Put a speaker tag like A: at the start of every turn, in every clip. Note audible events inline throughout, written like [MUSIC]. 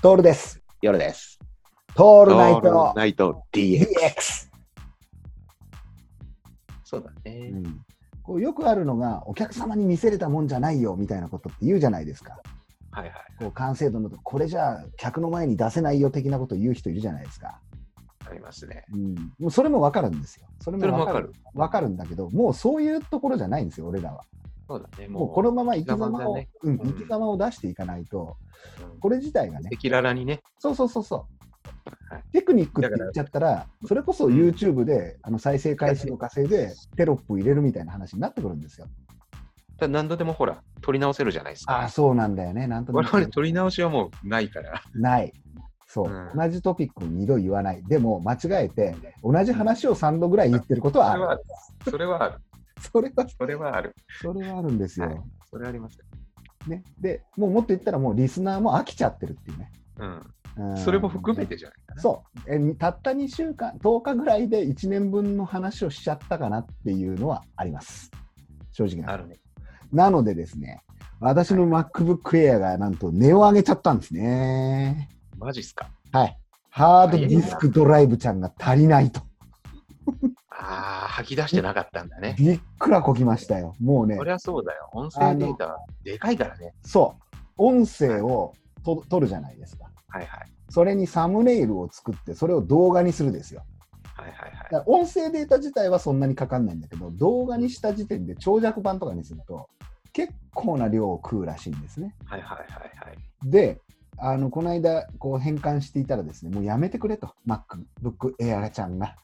A: トールです。
B: 夜です。
A: ト
B: オ
A: ールナイト
B: ナイト DX。
A: DX。
B: そうだね。
A: こうよくあるのが、お客様に見せれたもんじゃないよみたいなことって言うじゃないですか。
B: はいはい。
A: こう完成度のとこ、これじゃあ客の前に出せないよ的なこと言う人いるじゃないですか。
B: ありますね。
A: うん、もうそれもわかるんですよ。それ
B: それも
A: わ
B: わかる。
A: わかるんだけど、もうそういうところじゃないんですよ、俺らは。
B: そうだね。
A: もうこのまま生き様
B: 生き様
A: を、
B: だね
A: うん、
B: うん
A: 生き様を出していかないと、これ自体がね、
B: 赤裸々にね。
A: そうそうそうそう。
B: はい
A: テクニックって言っちゃったら、それこそ YouTube で、あの再生回数の稼いでテロップ入れるみたいな話になってくるんですよ。
B: ただ何度でもほら、取り直せるじゃないです
A: ああ、
B: か。
A: そうなんだよね。なんと
B: 我
A: な
B: 々
A: く
B: 取り直しはもうないから。
A: ない。そう、
B: うん
A: 同じトピックを2度言わない。でも、間違えて、同じ話を3度ぐらい言ってることはあ
B: それはあ
A: る
B: る。それはある。
A: それは、
B: それはある。
A: それはあるんですよ。
B: はいそれはありますよ。
A: ね、で、もうもっと言ったら、もうリスナーも飽きちゃってるっていうね。
B: う
A: うん
B: ん。それも含めてじゃないかな。
A: そうえ、たった2週間、10日ぐらいで1年分の話をしちゃったかなっていうのはあります。正直な。
B: あるね。
A: なのでですね、私の MacBook Air がなんと値を上げちゃったんですね。
B: マジっすか。
A: はい。ハードディスクドライブちゃんが足りないと。
B: ああ、吐き出してなかったんだね。
A: びっくらこきましたよ。もうね
B: そ、りゃそうだよ。音声データはでかいからね。
A: そう。音声をと撮るじゃないですか。
B: はいはい。
A: それにサムネイルを作って、それを動画にするですよ。
B: はいはいはい。
A: だから音声データ自体はそんなにかかんないんだけど、動画にした時点で長尺版とかにすると、結構な量を食うらしいんですね。
B: はいはいはいはい。
A: で、あのこの間こう変換していたらですね、もうやめてくれと、MacBook Air ちゃんが。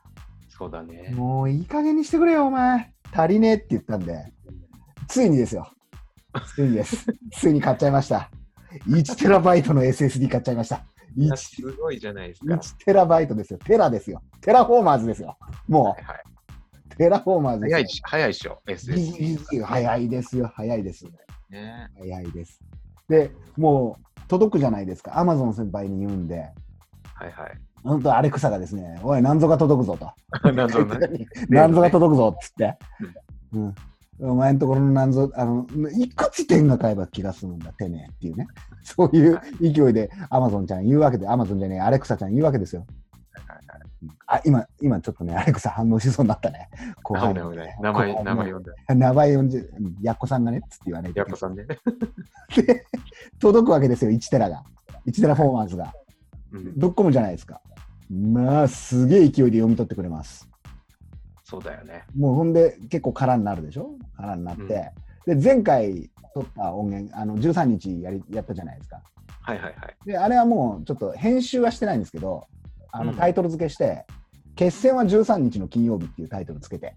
B: そうだね。
A: もういい加減にしてくれよ、お前。足りねえって言ったんで、ついにですよ。ついに
B: [LAUGHS]
A: です。ついに買っちゃいました。1テラバイトの SSD 買っちゃいました。
B: いや
A: 1,
B: すごいじゃないですか。
A: 1テラバイトですよ。テラですよ。テラフォーマーズですよ。も
B: はいはい、
A: う、テラフォーマーズですよ
B: 早いし、早いっしょ、SSD とか。
A: 早いですよ、早いです。
B: ね。
A: 早いです。で、もう届くじゃないですか、アマゾン先輩に言うんで、
B: はいはい。
A: 本当、アレクサがですね、おい、なんぞが届くぞと、
B: [LAUGHS] なんとなく
A: [LAUGHS] なんぞが届くぞっつって、うんお前のところのなんぞ、あのいくつ点が買えば気が済むんだ、てめえっていうね、そういう勢いでアマゾンちゃん言うわけで、アマゾンじゃねえ、アレクサちゃん言うわけですよ。あ今、今ちょっとね、アレクサ反応しそうになったね。後
B: 危
A: 輩
B: ない
A: の
B: 危な
A: ね
B: い。名前、
A: 後輩の
B: 名前呼んだ。
A: 名前呼んじゃううんやっこさんがね、つって言わないと
B: や
A: い
B: っ
A: け
B: こ
A: ない。
B: さんね。
A: で、届くわけですよ、1テラが。1テラフォーマンスが。
B: うん、
A: ぶっ込むじゃないですか。まあ、すげえ勢いで読み取ってくれます。
B: そうだよね。
A: もうほんで、結構空になるでしょ空になって。
B: うん
A: で、前回取った音源、あの13日やりやったじゃないですか。
B: はいはいはい。
A: で、あれはもうちょっと編集はしてないんですけど、あの
B: うん
A: タイトル付けして、決戦は13日の金曜日っていうタイトルつけ
B: [LAUGHS]
A: て。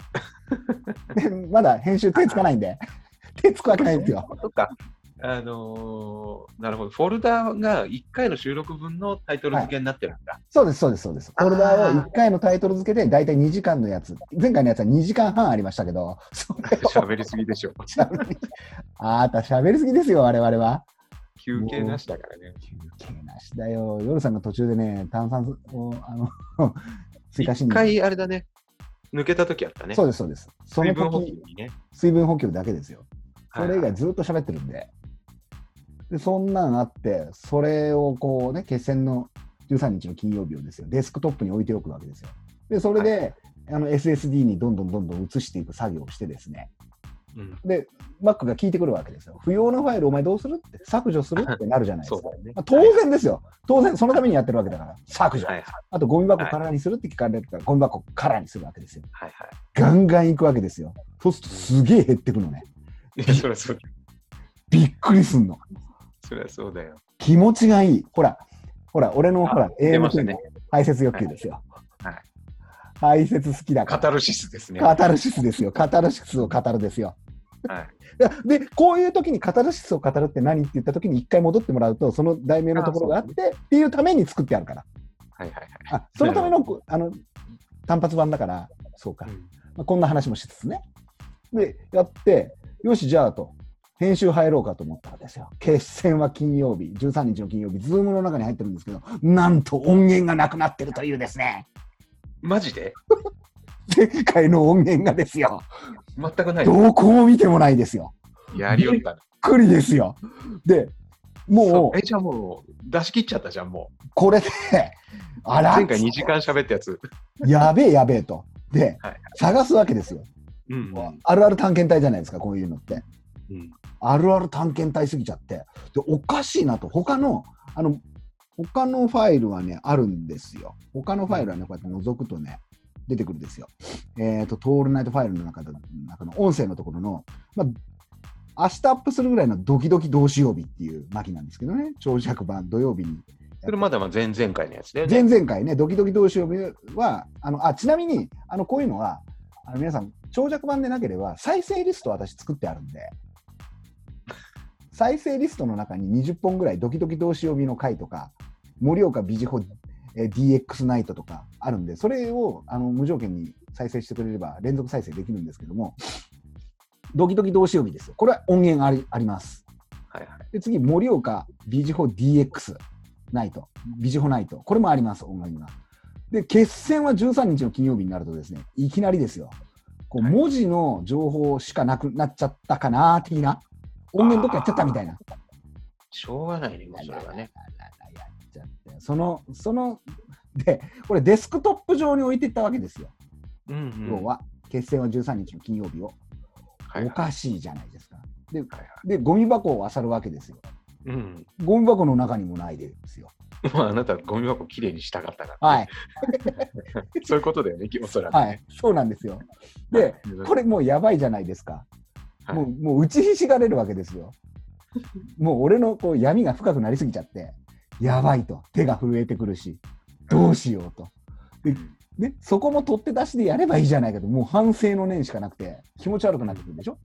A: でまだ編集手つかないんで、手つくわけないんですよ。
B: とか、あのーなるほど。フォルダが1回の収録分のタイトル付けになってるんだ。
A: そうです、そうです、そうです。
B: あ
A: フ
B: ー
A: ォルダーを1回のタイトル付けで、大体2時間のやつ、前回のやつは2時間半ありましたけ
B: [LAUGHS]
A: ど、それを
B: [LAUGHS] 喋、りすぎでしょ。
A: 喋りあーた、喋りすぎですよ、我々は。
B: 休憩なしだからね。
A: 休憩なしだよ。夜さんが途中でね、炭酸をあの [LAUGHS] 追加し
B: 一
A: に、
B: 回あれだね。抜けた時あったね。
A: そう
B: う
A: です、そうです。そ
B: 水
A: の
B: 分補給
A: 時
B: にね。
A: 水分補給だけですよ。それ以
B: はい
A: 外ずっと喋ってるんで。で、そんなんあって、それをこうね、決戦の13日の金曜日をですよ、デスクトップに置いておくわけですよ。で、それで、
B: は
A: あの SSD にどんどんどんどん移していく作業をしてですね、
B: うん、
A: で、Mac が聞いてくるわけですよ。不要なファイルお前どうするって、削除するってなるじゃないで
B: そ
A: す
B: う
A: か。
B: だよね。
A: まあ、当然ですよ。当然、そのためにやってるわけだから、削除。
B: はいはい
A: あと、ゴミ箱空にするって聞かれるから、ゴミ箱空にするわけですよ。
B: はいは
A: ガンガン行くわけですよ。そうすると、すげえ減ってくのね。
B: い。いやそりゃそう
A: びっくりすんの。
B: そりゃそうだよ。
A: 気持ちがいい。ほら、ほら、俺の
B: あ
A: ほら、
B: 出ました
A: AMT
B: ね
A: の排泄欲求ですよ。
B: はい
A: 排泄好きだ
B: カ
A: か
B: タルシスですね。
A: ら。カタルシスですよ。カタルシスを語るですよ。
B: はい
A: いやで、こういう時にカタルシスを語るって何って言った時に一回戻ってもらうと、その題名のところがあってっていうために作ってあるから。
B: はいはい
A: あそのため
B: な
A: の
B: るほど
A: あの単発版だから、そうか
B: はい。。
A: まあ、こんな話もしつつね。で、やって、よし、じゃあと、編集入ろうかと思ったらですよ。決戦は金曜日、13日の金曜日、ズームの中に入ってるんですけど、なんと音源がなくなってるというですね、
B: マジで
A: 前回の音源がですよ、
B: 全くない。
A: どこを見てもないですよ。
B: やりよったな。
A: びっくりですよ。で、も
B: そううえ、じゃあもう、出し切っちゃったじゃん、もう。
A: これで、あら
B: 前回2時間喋ったやつ。
A: やべえやべえと。で、
B: はい
A: 探すわけですよ。
B: うんうん
A: あるある探検隊じゃないですか、こういうのって。
B: うん。
A: あるある探検隊すぎちゃって。で、おかしいなと。他の、あの、他のファイルはね、あるんですよ。他のファイルはね、こうやって覗くとね、出てくるんですよ。えっ、と、トールナイトファイルの中の中の音声のところの、まあ、明日アップするぐらいのドキドキ同志曜日っていう巻なんですけどね、長尺版土曜日に。
B: それまだまあ前々回のやつだよ
A: 前
B: ね。
A: 々回ね、ドキドキ同士呼びは、あのあちなみにあのこういうのは、あの皆さん、長尺版でなければ、再生リスト私作ってあるんで、再生リストの中に20本ぐらい、ドキドキ同士呼びの回とか、盛岡美人えー DX ナイトとかあるんで、それをあの無条件に再生してくれれば、連続再生できるんですけども、ドキドキ同士呼びですよ。これは音源ありあります。
B: はいはい。
A: で次、盛岡ビジホ DX ナイト、ビジホナイト、これもあります、音楽が。で、決戦は13日の金曜日になるとですね、いきなりですよ、こう
B: はい
A: 文字の情報しかなくなっちゃったかな、的な、音源どっかやっちゃったみたいな。
B: しょうがないね、もうそれはね。
A: やっちゃってその、その、で、これデスクトップ上に置いていったわけですよ、
B: うんうん。
A: 要は、決戦は13日の金曜日を。
B: はい
A: お
B: はい
A: かしいじゃないですか。
B: はいはい
A: で、ゴミ箱を漁るわけですよ。
B: うん。
A: ゴミ箱の中にもないですよ。
B: [LAUGHS] まあ、あなた、ゴミ箱きれいにしたかったから。
A: はい。
B: そういうことだよね、おそらくね。
A: はい、そうなんですよ。で、これもうやばいじゃないですか。
B: はい
A: もうもう打ちひしがれるわけです
B: [LAUGHS]
A: よ。もう俺のこう闇が深くなりすぎちゃって、やばいと、手が震えてくるし、どうしようと。で
B: うん
A: ね、そこも取って出しでやればいいじゃないかと、もう反省の念しかなくて、気持ち悪くなってくるでしょ。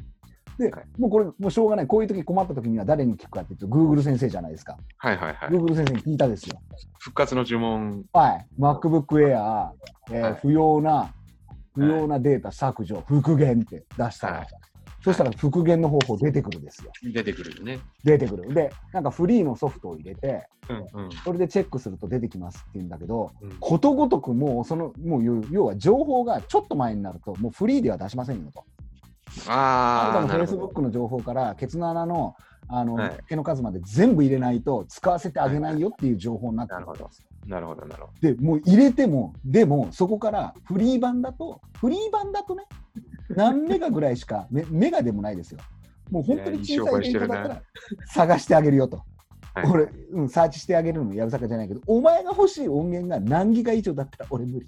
A: で
B: はい、
A: もうこれ、もうしょうがない、こういう時困った時には誰に聞くかっていうと、Google 先生じゃないですか。
B: はいはいはい。
A: Google 先生に聞いたですよ。
B: 復活の呪文。
A: はい、MacBook Air、えー
B: はい
A: 不要な、不要なデータ削除、復元って出したら、
B: はい
A: そしたら復元の方法出てくるんですよ。
B: 出てくるよね。
A: 出てくる。で、なんかフリーのソフトを入れて、
B: うんうん
A: それでチェックすると出てきますって言うんだけど、
B: うん。
A: ことごとくもう、その、もう要要は情報がちょっと前になると、もうフリーでは出しませんよと。あ
B: ああ、
A: な
B: な
A: たの
B: る
A: Facebook
B: ほど。
A: の情報から、ケツの穴の、あの、
B: はい
A: 毛の数まで全部入れないと使わせてあげないよっていう情報になってくるわけですよ。
B: なるほど、なるほ
A: でもう入れてもでもそこからフリー版だとフリー版だ [LAUGHS] とね何メガぐらいしかメメガでもないですよもう本当に小さいデータだったら探してあげるよと
B: ど。はい
A: 俺、うん、サーチしてあげるのもやぶさかじゃないけどお前が欲しい音源が何ギガ以上だったら俺無理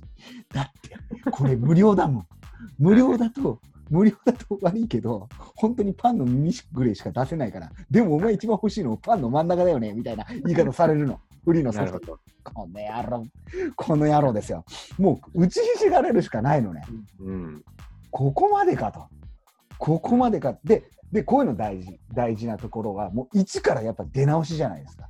A: だってこれ無料だもん無料だと無料だと悪いけど本当にパンの耳ぐらいしか出せないからでもお前一番欲しいのパンの真ん中だよねみたいな言い方され
B: [LAUGHS]
A: るのフリーのソ
B: な
A: フ
B: る
A: ト
B: ほど。
A: この野郎、この野郎ですよ。もう打ちひしがれるしかないのね。
B: うん。
A: ここまでかと。ここまでか。で、でこういうの大事、大事なところは、もう一からやっぱ出直しじゃないですか。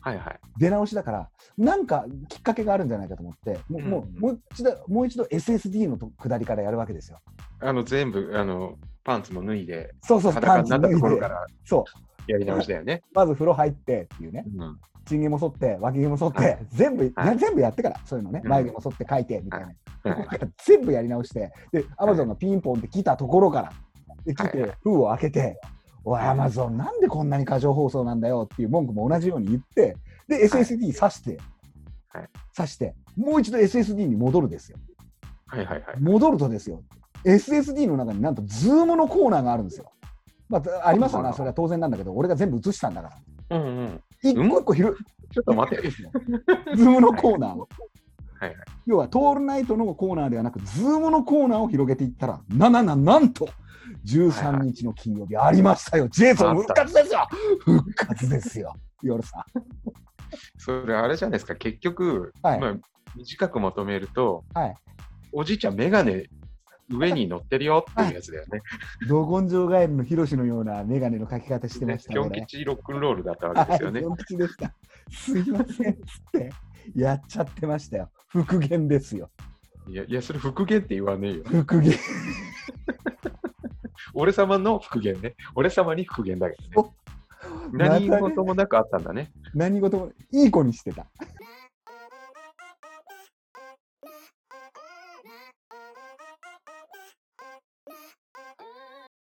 B: はいはい。
A: 出直しだから、なんかきっかけがあるんじゃないかと思って、もう,、
B: うん
A: もうもう一度、もう一度 SSD のと下りからやるわけですよ。
B: あの、全部、あの、パンツも脱いで、
A: そうそう、
B: 裸になった
A: パン
B: と
A: ツ
B: こ
A: 脱いで
B: ろから
A: そう、
B: やり直しだよね。
A: まず風呂入ってっていうね、
B: うん。は
A: チン毛も剃って、脇毛も剃って、
B: は
A: 全部、
B: はい
A: 全部やってから、そういうのね、
B: うん
A: 眉毛も剃って書いてみたいな。
B: い
A: ここから全部やり直して、で、アマゾンがピンポンって来たところから、で、来
B: はい
A: て、封を開けて、おい、アマゾン、なんでこんなに過剰放送なんだよっていう文句も同じように言って、で、SSD 挿して
B: はい、
A: 挿して、もう一度 SSD に戻るですよ。
B: はいはいはい。
A: 戻るとですよ、SSD の中になんと、ズームのコーナーがあるんですよ。まあ、ありますよ
B: そうな
A: な、
B: の
A: それは当然なんだけど、俺が全部映したんだから。
B: うんうん。
A: 一個一個拾い、
B: ちょっと待って。
A: ズームのコーナーを。
B: はいはい
A: 要は、トールナイトのコーナーではなく、ズームのコーナーを広げていったら、ななな、なんと、13日の金曜日、ありましたよ、ジェイソン、
B: あっ
A: 復
B: た
A: 活ですよ復活ですよ、夜さ
B: それ、あれじゃないですか。結局、
A: ん。はい、
B: まあ、短くまとめると、
A: はい。
B: おじいちゃん、メガネ上に乗ってるよっていうやつだよね。
A: ド根性ガエルのヒロシのような眼鏡のかけ方してま
B: ね
A: し
B: キ
A: た
B: ョン
A: ね。
B: 吉ロックンロールだったわけ
A: は
B: で
A: い、
B: すよね。
A: ドン吉でした。すいません、つって、やっちゃってましたよ。復元ですよ。
B: いや、いや、それ復元って言わねえよ。
A: 復元。
B: 俺様の復元ね。俺様に復元だけどね。何事もなくあったんだね。
A: 何事も、いい子にしてた。